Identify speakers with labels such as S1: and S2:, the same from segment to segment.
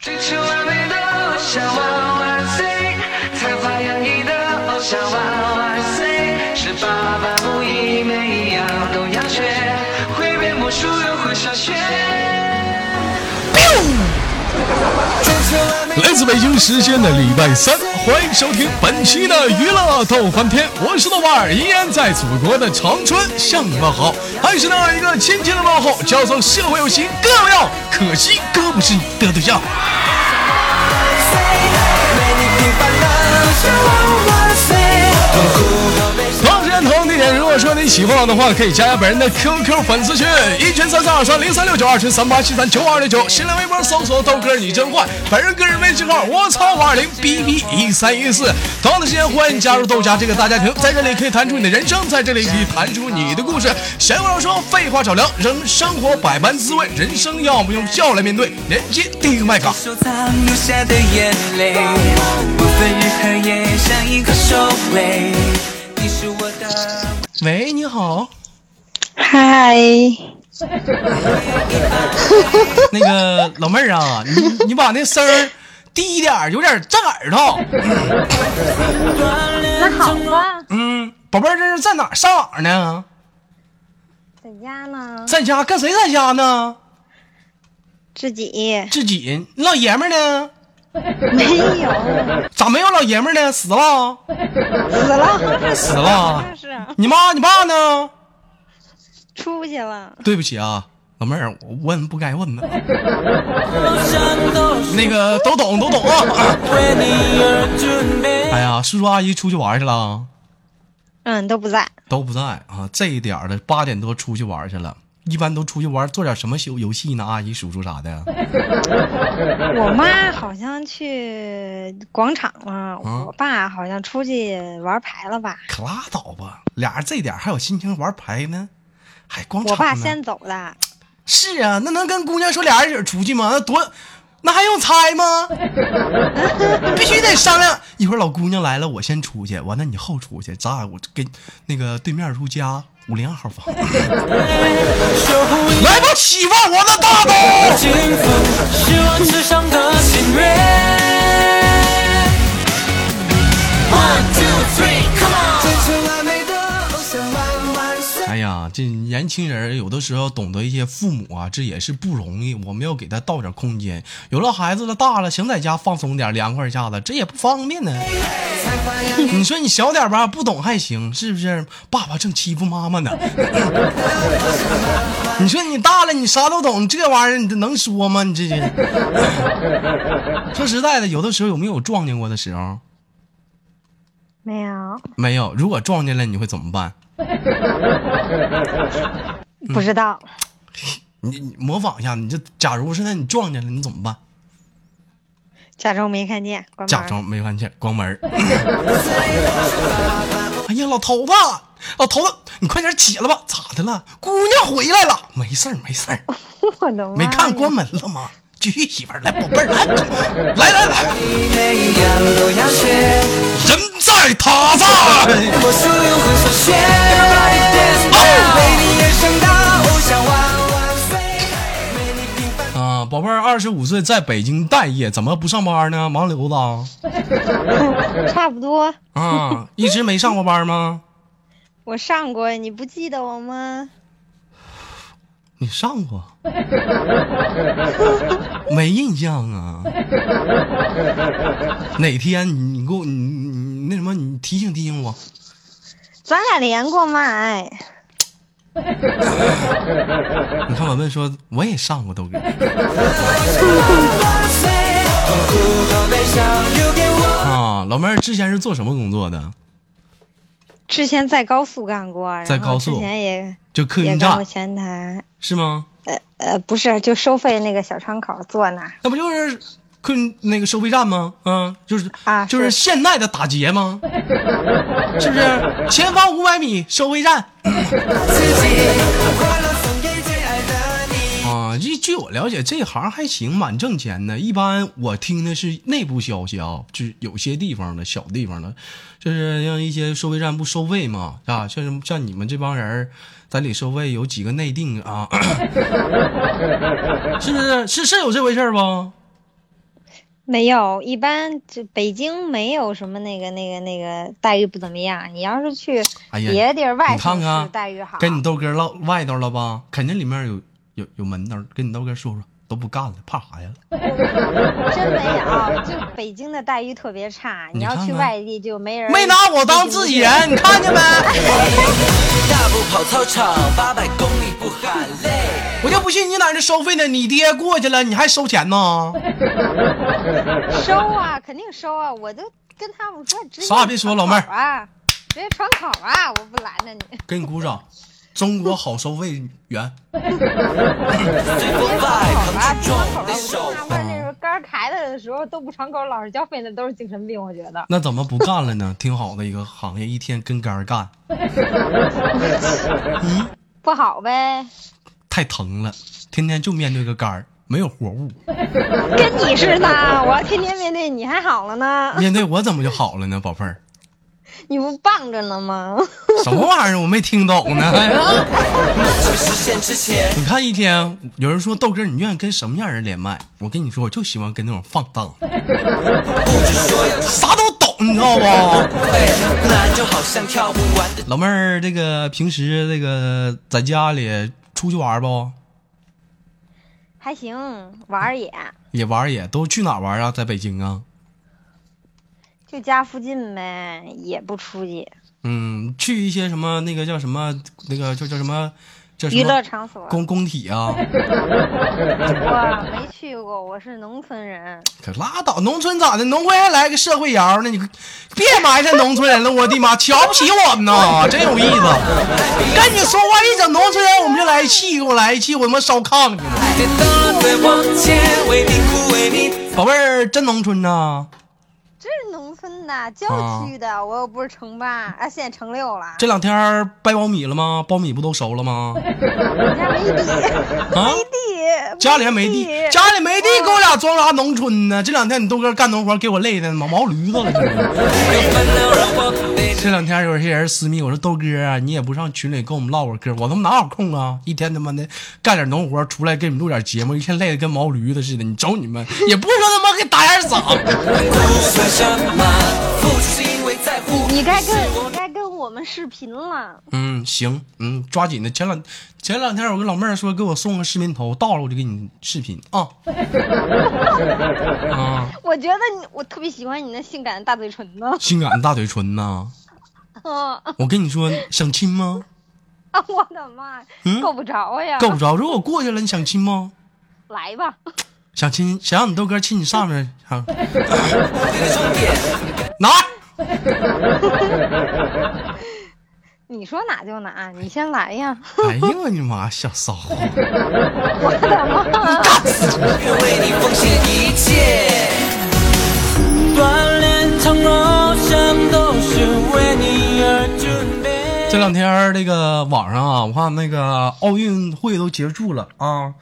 S1: 追求完美的偶像万万岁，才华洋溢的偶像万万岁，十八般武艺每一样都要学，会变魔术又会上学。追求完美
S2: 来自北京时间的礼拜三，欢迎收听本期的娱乐逗翻天，我是豆瓣儿，依然在祖国的长春向你们好，还是那样一个亲切的问候，叫做社会有情哥有样，可惜哥不是你的对象。
S1: 岁，为你平凡的偶像万万岁，痛苦都被。
S2: 同样时间同样地点，如果说你喜欢我的话，可以加加本人的 QQ 粉丝群，一群三三二三零三六九，二群三八七三九二六九，新浪微博搜索豆哥你真坏，本人个人微信号我操五二零 bb 一三一四。同样的时间，欢迎加入豆家这个大家庭，在这里可以谈出你的人生，在这里可以谈出你的故事。闲话少说，废话少聊，人生活百般滋味，人生要么用笑来面对，人间第一个麦犍。
S1: 收藏留下的眼泪，不分日和夜，像一个守卫。你是我的。
S2: 喂，你好，
S3: 嗨，
S2: 那个老妹儿啊，你你把那声儿低一点儿，有点炸耳朵。
S3: 那好啊吧，
S2: 嗯，宝贝儿，这是在哪儿上网呢？
S3: 在家呢，
S2: 在家跟谁在家呢？
S3: 自己
S2: 自己，你老爷们儿呢？
S3: 没有，
S2: 咋没有老爷们儿呢？死了，
S3: 死了，
S2: 死了啊
S3: 就。是
S2: 你妈，你爸呢？
S3: 出去了，
S2: 对不起啊，老妹儿，我问不该问的。那个都懂，都懂啊。 哎呀，叔叔阿姨出去玩去了，啊
S3: 嗯，都不在，
S2: 都不在啊。这一点儿的八点多出去玩去了，一般都出去玩做点什么游游戏呢？阿姨、叔叔啥的。啊
S3: 我妈好像去广场了，
S2: 嗯
S3: 我爸好像出去玩牌了吧，
S2: 可拉倒吧，俩人这点儿还有心情玩牌呢？还光
S3: 我
S2: 场
S3: 爸
S2: 呢
S3: 先走的，
S2: 是啊，那能跟姑娘说俩人一起出去吗？那多，那还用猜 吗？必须得商量。一会儿老姑娘来了，我先出去，完了你后出去，咱俩我给那个对面如家五零二号房。 来吧，媳妇儿，我的大刀。
S1: 幸福是我至上的心愿。One two three, come on！追求完美的偶像万万岁。
S2: 哎呀，这年轻人有的时候懂得一些父母啊，这也是不容易。我们要给他倒点空间。有了孩子了，大了，想在家放松点，凉快一下子，这也不方便呢。你说你小点吧，不懂还行，是不是？爸爸正欺负妈妈呢。 你说你大了，你啥都懂，这玩意儿你这能说吗？你这这，说实在的，有的时候有没有撞见过的时候？
S3: 没有，
S2: 没有。如果撞见了，你会怎么办？嗯
S3: 不知道，
S2: 你你模仿一下，你这假如现在你撞见了，你怎么办？
S3: 假装没看见，关门
S2: 假装没看见，关门儿。 哎呀，老头子，老头子，你快点起来吧，咋的了？姑娘回来了，没事儿，没事儿，
S3: 我啊的妈呀，
S2: 没看关门了吗？继续，媳妇儿，来，宝贝儿，来，来来来，
S1: 每一样都要学，
S2: 人在塔在。
S1: 魔术又会上学。Everybody dance now，为你而生的偶像万万岁。
S2: 啊，宝贝儿，二十五岁，在北京待业，怎么不上班呢？盲流子啊
S3: 差不多，
S2: 啊，一直没上过班吗？
S3: 我上过，你不记得我吗？
S2: 你上过？没印象啊。哪天你你给我你你你那什么你提醒提醒我，
S3: 咱俩连过哎麦，
S2: 你看我问说我也上过豆哥
S1: 万岁，痛苦和悲伤留给我。
S2: 啊，老妹儿之前是做什么工作的？
S3: 之前在高速干过，然后
S2: 在高速
S3: 之前也
S2: 就 客
S3: 也
S2: 运
S3: 干过
S2: 站
S3: 前台，
S2: 是吗？
S3: 呃呃，不是，就收费那个小窗口坐那儿。
S2: 那不就是客运那个收费站吗？嗯，就是
S3: 啊
S2: 就是
S3: 是
S2: 现代的打劫吗？是不是？前方五百米收费站。
S1: 自己快乐送给最爱的你。
S2: 啊，据据我了解，这行还行，蛮挣钱的。一般我听的是内部消息啊，就是有些地方的小地方的，就是像一些收费站不收费嘛，啊，像什么像你们这帮人儿在里收费，有几个内 定啊，是不是？是是有这回事儿不？
S3: 没有，一般这北京没有什么那个那个那个待遇不怎么样。你要是去
S2: 哎呀
S3: 别地儿外
S2: 你看
S3: 城
S2: 看
S3: 市，待遇好。
S2: 跟你豆哥唠外头了吧？肯定里面有有有门道。跟你豆哥说说，都不干了，怕啥呀？
S3: 真没有，就北京的待遇特别差。
S2: 你
S3: 你要
S2: 看
S3: 去
S2: 看
S3: 外地就没人，
S2: 没拿我当自己人，你看见没？
S4: 大步跑操场，八百公里不喊累。
S2: 我就不信你在这收费呢，你爹过去了，你还收钱呢？
S3: 收啊，肯定收啊！我都跟他们说，直接
S2: 啥也别说
S3: 窗
S2: 老妹儿
S3: 口啊，直接窗口啊，我不拦着你。
S2: 给你鼓掌，中国好收费员。
S4: 随风
S3: 别窗
S4: 外，
S3: 口啊，
S4: 扛住重的
S3: 别窗口啊！我就
S4: 手。
S3: 纳闷儿，那时候刚开的的时候都不窗口，老实交费，那都是精神病，我觉得。
S2: 那怎么不干了 呢？挺好的一个行业，一天跟杆儿干，
S3: 不好呗，
S2: 太疼了，天天就面对个杆儿，没有活物。
S3: 跟你似的，我要天天面对你还好了呢，
S2: 面对我怎么就好了呢，宝贝儿？
S3: 你不棒着呢 吗？
S2: 什么玩意儿？我没听懂呢。哎呀
S4: 去实现之前，
S2: 你看一天，有人说豆哥，你愿意跟什么样人连麦？我跟你说，我就喜欢跟那种放荡，啥都懂，你知道不？
S4: 会难就好像跳不完的。
S2: 老妹儿，这个平时这个在家里出去玩不？
S3: 还行，玩儿也
S2: 也玩儿也都去哪儿玩啊？在北京啊？
S3: 就家附近呗，也不出去，
S2: 嗯，去一些什么那个叫什么那个叫叫什么叫什么
S3: 娱乐场所
S2: 工工体啊？
S3: 我没去过，我是农村人。
S2: 可拉倒，农村咋的？农会还来个社会摇呢？你别埋汰农村人了，我的妈，瞧不起我们呐，真有意思。跟你说话一整农村人，我们就来一气，给我来一气，我他妈烧炕去了。
S4: 跌倒对往前，为你哭，为你。
S2: 宝贝儿，真农村呐、
S3: 这是农村的郊区的，我又不是城八啊，现在城六了，
S2: 这两天儿掰苞米了吗？苞米不都熟了吗？
S3: 我家没地，
S2: 啊，
S3: 地
S2: 家里还没 地，家里没地，给我俩装啥农村呢？这两天你豆哥干农活，给我累的毛毛驴子了，这是。
S4: 用烦恼让我变
S2: 这两天有些人私密我说豆哥啊，你也不上群里跟我们唠会儿嗑，我他妈哪有空啊？一天他妈的干点农活儿出来给你们录点节目，一天累得跟毛驴子似的。你瞅你们，也不是说他妈给打眼嗓。
S4: 哭，算什么？付出是因为在乎。
S3: 你该跟你该跟我们视频了，
S2: 嗯，行，嗯，抓紧的。前两前两天我跟老妹儿说给我送个视频头，到了我就给你视频啊。 啊，
S3: 我觉得你我特别喜欢你那性感的大嘴唇 子，
S2: 性感的大嘴唇呐、
S3: 啊，
S2: 我跟你说，想亲吗？
S3: 我的妈呀
S2: 嗯，
S3: 够不着呀，
S2: 够不着。如果过去了，你想亲吗？
S3: 来吧，
S2: 想亲，想让你豆哥亲你上面，啊、
S4: 你的重点，
S2: 拿。
S3: 你说哪就哪，你先来呀，
S2: 哎呦我的妈，小骚货！
S3: 我的妈，
S4: 愿为你奉献一切。锻炼从梦想都是为你而准备。
S2: 这两天儿这个网上啊，我看那个奥运会都结束了啊。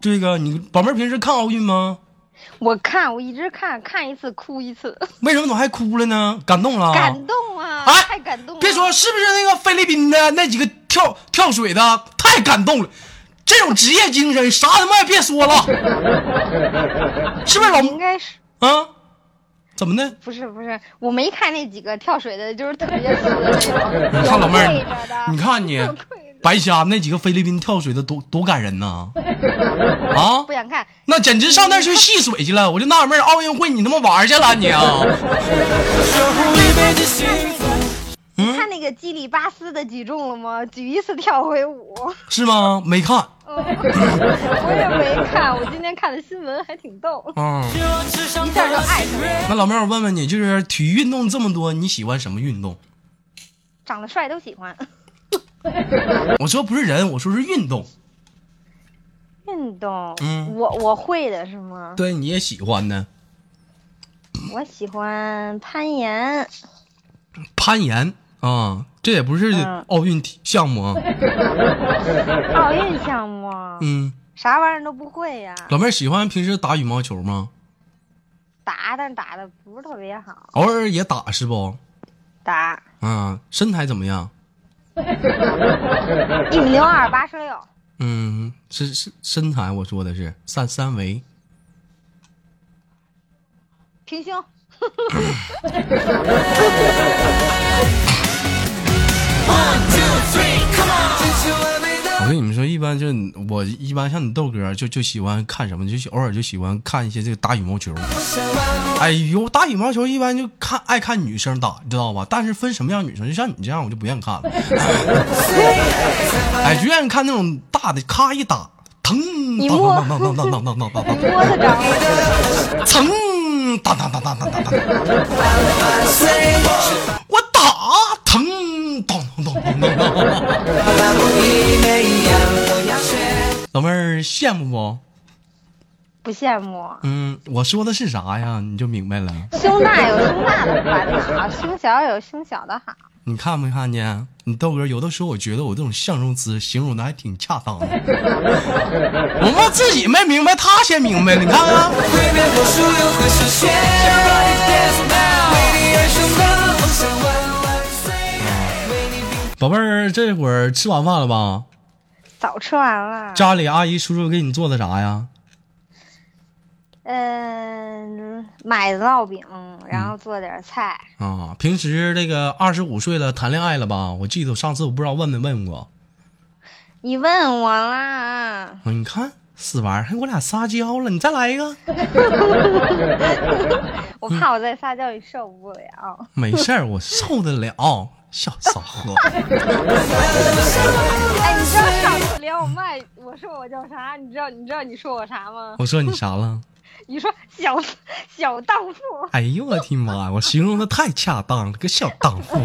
S2: 这个你宝妹儿平时看奥运吗？
S3: 我看我一直看看一次哭一次，
S2: 为什么怎么还哭了呢？感动了？
S3: 感动啊，
S2: 哦哎
S3: 太感动了，
S2: 别说是不是那个菲律宾的那几个跳跳水的，太感动了。这种职业精神，啥他妈也别说了，是不是老
S3: 应该是。
S2: 啊？怎么的？
S3: 不是不是，我没看那几个跳水的，就是特别死的那 种。
S2: 你看老妹
S3: 有跪着的
S2: 儿，你看你
S3: 有跪着
S2: 白瞎那几个菲律宾跳水的多多感人呐！ 啊，
S3: 不想看，
S2: 那简直上那儿去戏水去了！我就纳闷儿，奥运会你他妈玩儿去了你啊？
S4: 守护一辈子幸福。
S3: 看那个基里巴斯的举重了吗？举一次跳回舞。
S2: 是吗？没看，
S3: 嗯，我也没看，我今天看的新闻还挺逗，
S2: 嗯。
S4: 只想
S3: 一下就爱上了。
S2: 那老妹儿，我问问你，就是体育运动这么多，你喜欢什么运动？
S3: 长得帅都喜欢。
S2: 我说不是人，我说是运动。
S3: 运动，
S2: 嗯
S3: 我我会的是吗？
S2: 对，你也喜欢呢？
S3: 我喜欢攀岩，
S2: 攀岩啊、这也不是
S3: 嗯
S2: 奥运体项目啊。
S3: 奥运项目，
S2: 嗯，
S3: 啥玩意儿都不会呀、
S2: 老妹儿喜欢平时打羽毛球吗？
S3: 打，但打的不是特别好，
S2: 偶尔也打是不？
S3: 打
S2: 啊，身材怎么样？
S3: 一米零二，八十六。
S2: 嗯，是是身材，我说的是三三围，
S3: 挺胸。
S2: 我跟你们说，一般就是我一般像你豆哥就就喜欢看什么，就喜偶尔就喜欢看一些这个打羽毛球。哎呦，打羽毛球一般就看爱看女生打，你知道吧？但是分什么样女生，就像你这样，我就不愿意看了。哎，就愿意看那种大的，咔一打，疼，
S3: 你
S2: 当
S3: 摸
S2: 当当当当当当当当当，
S3: 摸得着吗？
S2: 疼，当当当当当当当，我打疼，当当当当当。老妹儿羡慕不？
S3: 不羡慕，
S2: 嗯，我说的是啥呀？你就明白了。
S3: 胸大有胸大的烦恼，胸小有胸小的好。
S2: 你看没看见？啊你豆哥有的时候，我觉得我这种象容词形容的还挺恰当的。我们自己没明白，他先明白了。你看啊看、宝贝儿，这会儿吃完饭了吧？
S3: 早吃完了，
S2: 家里阿姨叔叔给你做的啥呀？
S3: 嗯，买的烙饼，然后做点菜。
S2: 啊，平时这个二十五岁了，谈恋爱了吧？我记得我上次我不知道问没问过。
S3: 你问我啦，
S2: 啊你看死玩意儿，还给我俩撒娇了，你再来一个。
S3: 我怕我再撒娇你受不了。
S2: 没事儿，我受得了，小骚货。
S3: 哎，你知道上次连我麦我说我叫啥？你知道你知道你说我啥吗？
S2: 我说你啥了？
S3: 你说小小荡妇，
S2: 哎呦我的妈呀！我形容的太恰当了，个小荡妇。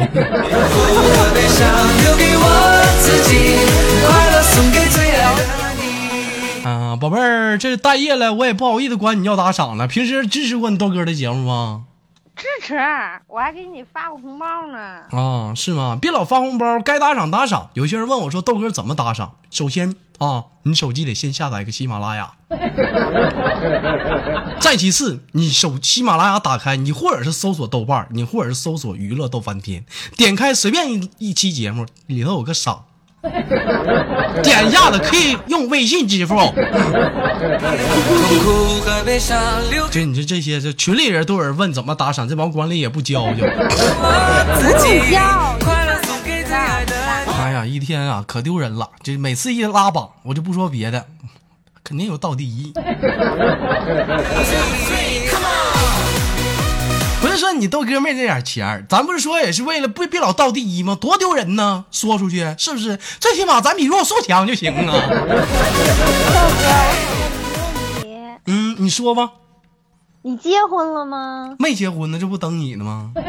S2: 啊，宝贝儿，这待业了，我也不好意思管你要打赏了。平时支持过你豆哥的节目吗？
S3: 支持，我还给你发过红包呢。
S2: 啊，是吗？别老发红包，该打赏打赏。有些人问我说，豆哥怎么打赏？首先啊，你手机得先下载一个喜马拉雅，再其次，你手喜马拉雅打开，你或者是搜索豆瓣儿，你或者是搜索娱乐豆翻天，点开随便一一期节目里头有个赏，点一下子可以用微信支付。这你这这些这群里人都有人问怎么打赏，这帮管理也不教教。哎呀，一天啊，可丢人了！这每次一拉榜，我就不说别的，肯定有倒第一。不是说你豆哥没这点钱儿，咱不是说也是为了不别老倒第一吗？多丢人呢！说出去是不是？最起码咱比弱受强就行啊。
S3: 你
S2: 嗯，你说吧，
S3: 你结婚了吗？
S2: 没结婚呢，这不等你呢吗？
S3: 是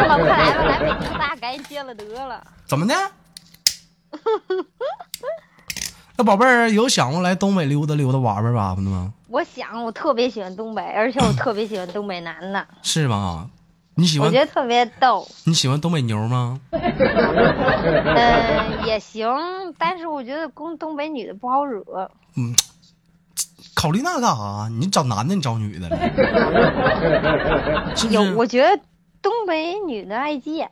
S3: 吗？快来吧，来北京吧，赶紧结了得了。
S2: 怎么的？ 那宝贝儿有想过来东北溜达溜达玩玩玩的吗？
S3: 我想，我特别喜欢东北，而且我特别喜欢东北男的，
S2: 是吧？你喜
S3: 我
S2: 欢
S3: 觉得特别逗。
S2: 你喜欢东北牛吗？
S3: 嗯， 也行，但是我觉得公东北女的不好惹。
S2: 考虑那干啥？你找男的，你找女的了，是不
S3: 有，我
S2: 是？
S3: 觉得东北女的爱急眼，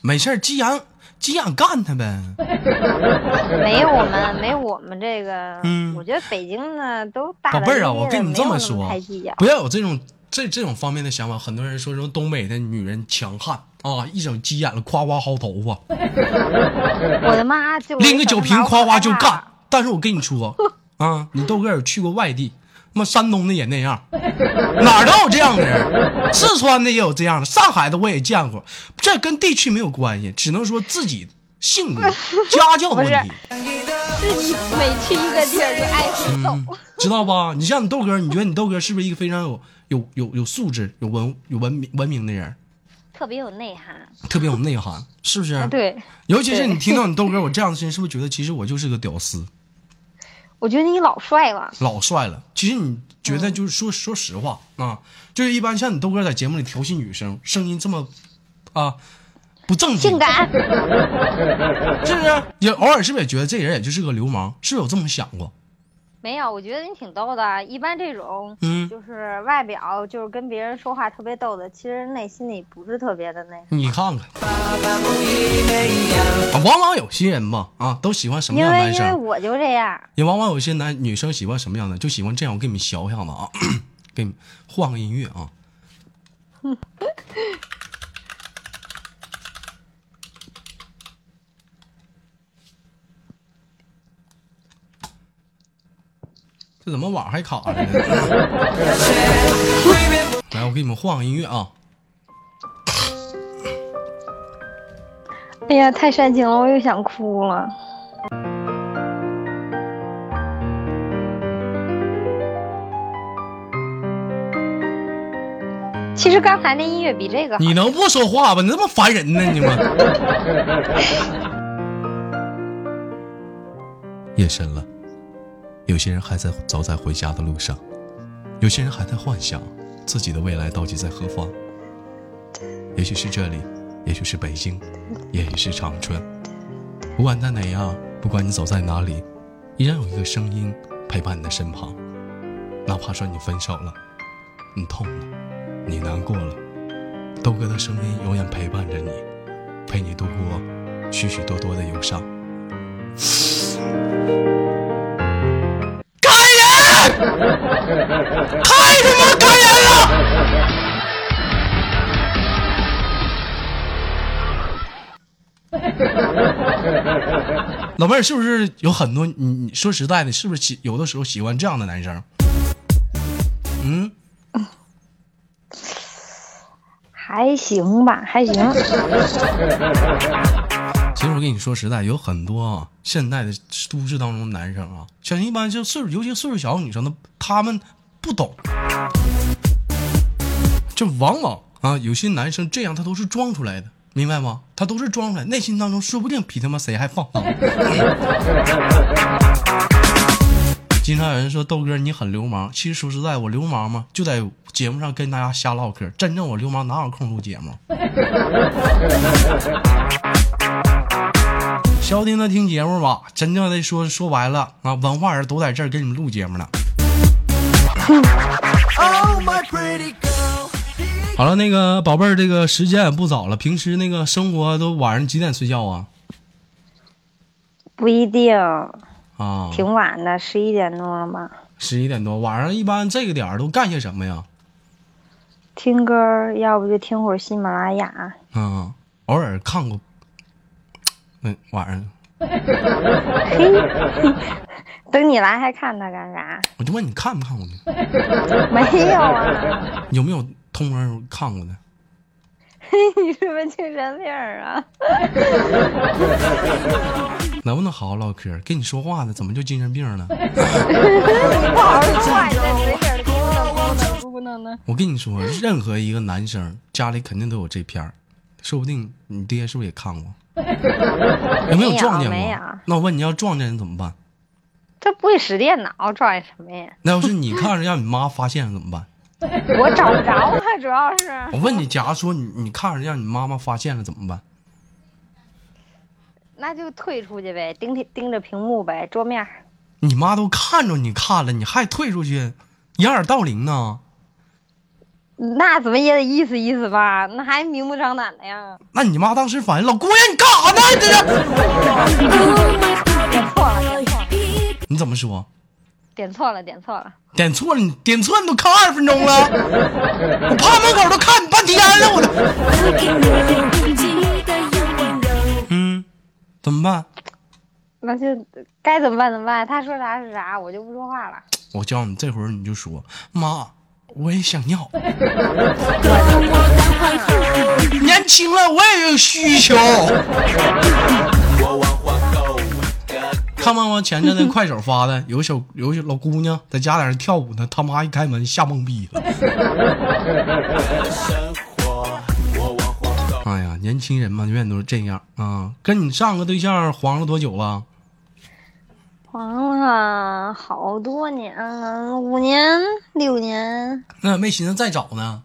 S2: 没事儿，急眼急眼干他呗。
S3: 没有我们，没有我们这个。
S2: 嗯
S3: 我觉得北京呢都大
S2: 宝
S3: 大
S2: 贝
S3: 咧
S2: 儿
S3: 咧的，
S2: 啊，我跟你这
S3: 没有
S2: 么
S3: 那
S2: 说
S3: 太计较，。
S2: 不要有这种这这种方面的想法。很多人说什么东北的女人强悍啊，一整急眼了，夸夸薅头发，
S3: 我的妈，就
S2: 拎个酒瓶夸夸就
S3: 干
S2: 干。。 但是我跟你说 啊，你豆哥有去过外地，他妈山东的也那样，哪儿都有这样的人，四川的也有这样的，上海的我也见过。这跟地区没有关系，只能说自己性 格、家教问题，
S3: 是你每去一个地儿就挨
S2: 嗯
S3: 批斗。
S2: 知道吧？你像你豆哥，你觉得你豆哥是不是一个非常有有有有素质、有文有文明文明的人？
S3: 特别有内涵，
S2: 特别有内涵，是不是？
S3: 啊对，
S2: 尤其是
S3: 对
S2: 你听到你豆哥我这样的声音，是不是觉得其实我就是个屌丝，
S3: 我觉得你老帅了，
S2: 老帅了？其实你觉得就是说、说实话啊，就是一般像你豆哥在节目里调戏女生，声音这么啊不正经
S3: 性，感，
S2: 是不是？也偶尔是不是也觉得这人也就是个流氓？是不是有这么想过？
S3: 没有，我觉得你挺逗的。啊一般这种，
S2: 嗯
S3: 就是外表就是跟别人说话特别逗的，其实内心里不是特别的那个。
S2: 你看看，啊往往有些人吧啊都喜欢什么
S3: 因
S2: 样的
S3: 为
S2: 男
S3: 因为
S2: 生？
S3: 我就这样，
S2: 也往往有些男女生喜欢什么样的，就喜欢这样。我给你们学一下子啊，给你们换个音乐啊。这怎么网还卡着呢？来，我给你们换个音乐啊！
S3: 哎呀，太煽情了，我又想哭了。其实刚才那音乐比这个好
S2: 你能不说话吧？你这么烦人呢，你们。夜深了，有些人还在走在回家的路上，有些人还在幻想自己的未来到底在何方。也许是这里，也许是北京，也许是长春。不管在哪样，不管你走在哪里，依然有一个声音陪伴你的身旁。哪怕说你分手了，你痛了，你难过了。豆哥的声音永远陪伴着你，陪你度过许许多多的忧伤。开 人！太他妈开人啊了！老妹儿，是不是有很多？你你说实在的，是不是喜有的时候喜欢这样的男生？嗯，
S3: 还行吧，还行。
S2: 其实我跟你说实在，有很多啊，现在的都市当中的男生啊，像一般就岁数，尤其岁数小的女生，她他们不懂，就往往啊，有些男生这样他都是装出来的，明白吗？他都是装出来，内心当中说不定比他妈谁还放荡。经常有人说豆哥你很流氓，其实说实在，我流氓吗？就在节目上跟大家瞎唠嗑，真正我流氓哪有空录节目？消停的听节目吧，真正的说说白了啊，文化人都在这儿给你们录节目呢。
S4: Oh my pretty girl，
S2: 好了，那个宝贝儿，这个时间也不早了，平时那个生活都晚上几点睡觉啊？
S3: 不一定，
S2: 啊，
S3: 挺晚的，十一点多了吧？
S2: 十一点多，晚上一般这个点儿都干些什么呀？
S3: 听歌儿，要不就听会儿喜马拉雅。
S2: 嗯，偶尔看过，嗯，晚上
S3: 嘿， 等你来还看它干啥？
S2: 我就问你看没看过呢？
S3: 没有啊，
S2: 有没有偷摸看过呢？
S3: 你是不是精神病儿啊？
S2: 能不能好好唠嗑？跟你说话呢，怎么就精神病了？
S3: 不好好说话，你在嘴里咕囔咕囔咕囔呢。
S2: 我跟你说，任何一个男生家里肯定都有这片儿，说不定你爹是不是也看 过？有没有撞见过？
S3: 没有啊
S2: 那我问你要撞见人怎么办？
S3: 这不会使电脑，撞见什么呀？
S2: 那要是你看着让你妈发现了怎么办？
S3: 我找不着啊，主要是
S2: 我问你，假如说你你看着让你妈妈发现了怎么办？
S3: 那就退出去呗，盯盯着屏幕呗，桌面儿。
S2: 你妈都看着你看了，你还退出去，掩耳盗铃呢？
S3: 那怎么也得意思意思吧？那还明目张胆的呀？
S2: 那你妈当时反应，老姑娘你干啥呢？你这是
S3: 点错了，点错了，
S2: 你怎么说？
S3: 点错了，点错了。
S2: 点错了，你点错你都看二十分钟了，我趴门口都看你半天了，我都嗯，怎么办？
S3: 那就该怎么办怎么办？他说啥是啥，我就不说话了。
S2: 我教你，这会儿你就说妈，我也想要。年轻了，我也有需求。看没吗？前阵子快手发的，有小有小老姑娘在家在那跳舞呢，他妈一开门吓懵逼了。哎呀，年轻人嘛，永远都是这样啊！跟你上个对象黄了多久了？
S3: 黄了好多年了，五年六年，
S2: 那、没寻思再找呢？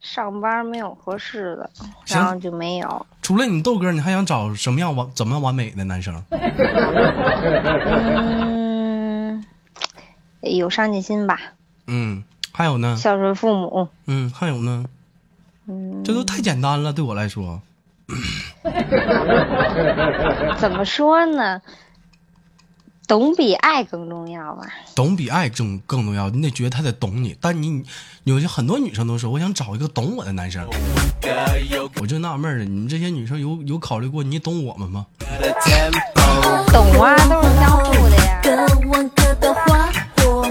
S3: 上班没有合适的，
S2: 行
S3: 然后就没有。
S2: 除了你豆哥，你还想找什么样完怎么样完美的男生？
S3: 嗯，有上进心吧，
S2: 嗯，还有呢？
S3: 孝顺父母。
S2: 嗯，还有呢？
S3: 嗯，
S2: 这都太简单了，对我来说，
S3: 怎么说呢？懂比爱更重要吧？
S2: 懂比爱更更重要，你得觉得他得懂你。但你有些很多女生都说，我想找一个懂我的男生，我就纳闷了，你们这些女生有有考虑过你懂我们吗？
S3: 懂啊，都是相互的呀。
S5: 各玩各的花火。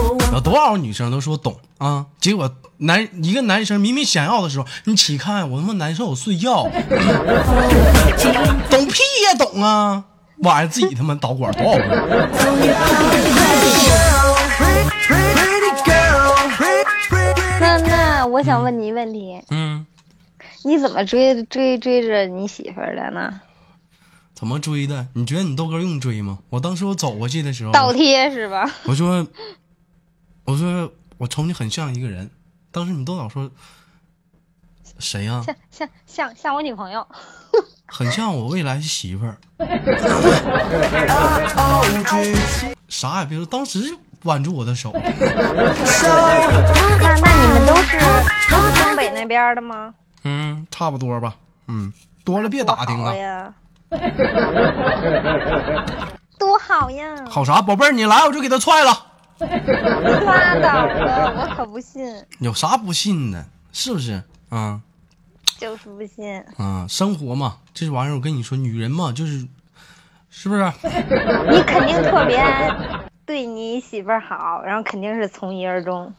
S5: 我忘
S2: 有多少女生都说懂啊，结果男一个男生明明想要的时候，你起看我他妈难受，我睡觉， 懂屁也懂啊，晚上自己他妈导管多少回？
S3: 那那我想问你一个问题，
S2: 嗯，
S3: 你怎么追追追着你媳妇儿的呢？
S2: 怎么追的？你觉得你豆哥用追吗？我当时我走过去的时候，
S3: 倒贴是吧？
S2: 我说，我说我瞅你很像一个人，当时你豆导说谁呀、
S3: 像像像像我女朋友，
S2: 很像我未来媳妇儿。啥也别说，当时就挽住我的手，
S3: 那那你们都是都是东北那边儿的吗？
S2: 嗯，差不多吧，嗯，多了别打听
S3: 好
S2: 了。
S3: 呀， 多好呀！
S2: 好啥，宝贝儿，你来我就给他踹了。
S3: 拉倒吧，我可不信，
S2: 有啥不信的？是不是？啊、
S3: 就是不信。
S2: 啊、生活嘛，这玩意儿我跟你说，女人嘛，就是，是不是？
S3: 你肯定特别对你媳妇儿好，然后肯定是从一而终。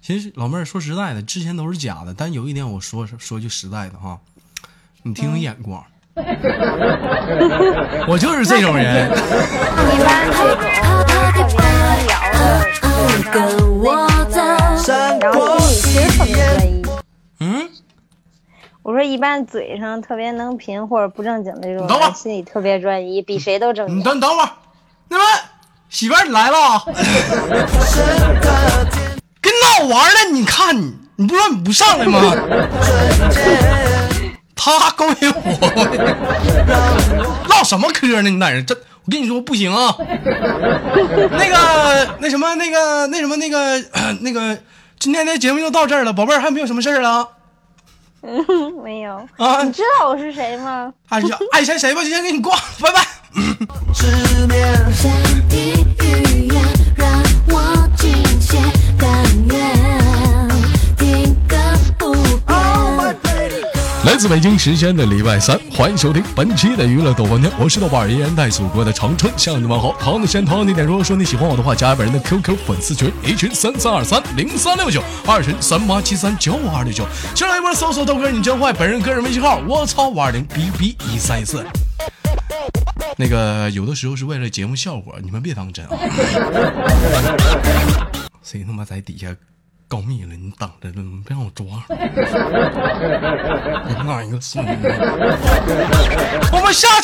S2: 其实老妹儿说实在的，之前都是假的，但有一点我说说句实在的哈，你挺有眼 光，我就是这种人。
S3: 一般这种特别能聊的
S5: 跟我走，
S3: 然后心里其实特别在意。
S2: 嗯，
S3: 我说一般嘴上特别能贫或者不正经的这种
S2: 等会儿
S3: 人，心里特别专一，比谁都正
S2: 你
S3: 经。
S2: 等等会儿，那么媳妇儿你来了啊， 跟闹玩呢？你看你，你不说你不上来吗？ 他勾引我，唠什么嗑呢？你在这这，我跟你说不行啊。那个那什么那个那什么那个、 呃那个，今天的节目就到这儿了，宝贝儿还有没有什么事儿了啊
S3: 没有，
S2: 啊？
S3: 你知道我是谁吗？
S2: 爱谁爱谁谁吧，今天给你挂了，拜拜。
S5: 下地狱呀，让我尽些甘愿，停个不变。
S2: 来自北京时间的礼拜三，欢迎收听本期的娱乐逗翻天，哎我是豆瓣儿，依然在祖国的长春向你们好。同样的时间，同样地点，如果说你喜欢我的话，加本人的 QQ 粉丝群，一群三三二三零三六九，二群三八七三九五二六九，新浪微博搜索豆哥你真坏，本人个人微信号我操五二零 b b 一三一四。那个有的时候是为了节目效果，你们别当真啊。 谁他妈在底下告密了？你等着，你别让我啊 抓。那一个送你。我们下